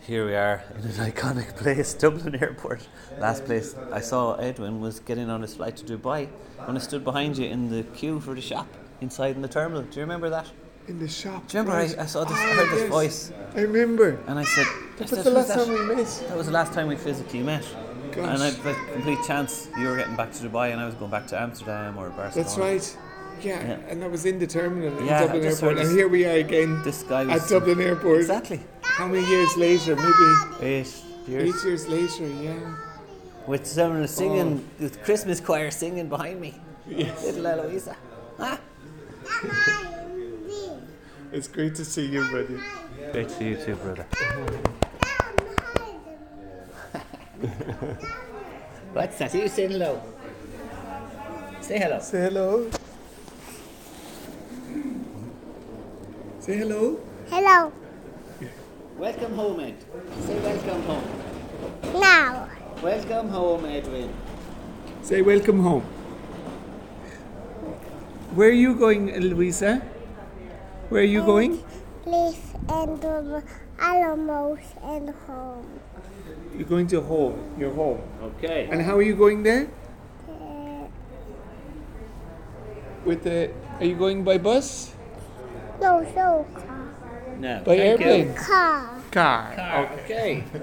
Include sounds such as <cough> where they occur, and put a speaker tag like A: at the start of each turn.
A: here we are in an <laughs> iconic place, Dublin Airport. Last place I saw Edwin was getting on his flight to Dubai when I stood behind you in the queue for the shop inside in the terminal. Do you remember that?
B: in the shop.
A: Do you remember
B: right?
A: I, I saw this, I
B: Ah,
A: heard this
B: yes.
A: voice,
B: I remember.
A: and I said,
B: That
A: "I said,
B: was the
A: "Who's
B: last
A: that?"
B: time we met.
A: That was the last time we physically met.
B: Gosh.
A: And I had a complete chance you were getting back to Dubai and I was going back to Amsterdam or Barcelona.
B: That's right. Yeah,
A: Oh. Yeah.
B: and that was in the terminal in
A: Yeah, I
B: Dublin
A: just
B: Airport,
A: heard
B: and
A: this-
B: here we are again
A: This guy was
B: at Dublin Airport.
A: Exactly.
B: How many years later? Maybe
A: Eight
B: eight
A: years.
B: years later. Yeah.
A: With someone singing,
B: Oh.
A: with Christmas choir singing behind me. Little Eloisa. Ah.
B: It's great to see you, buddy.
A: Great to see you too, brother. What's that? You saying hello? Say hello.
B: Say hello. Say hello.
C: Hello.
A: Welcome home, Ed. Say welcome home.
C: Now.
A: Welcome home, Edwin.
B: Say welcome home. Where are you going, Louisa? Where are you going?
C: Please and um, Alamos and home.
B: You're going to home. Your home.
A: Okay.
B: And how are you going there?
C: Uh,
B: With the? Are you going by bus?
C: no, no car.
A: No.
B: By
A: thank you.
B: airplane?
C: Car.
B: Car.
A: Okay.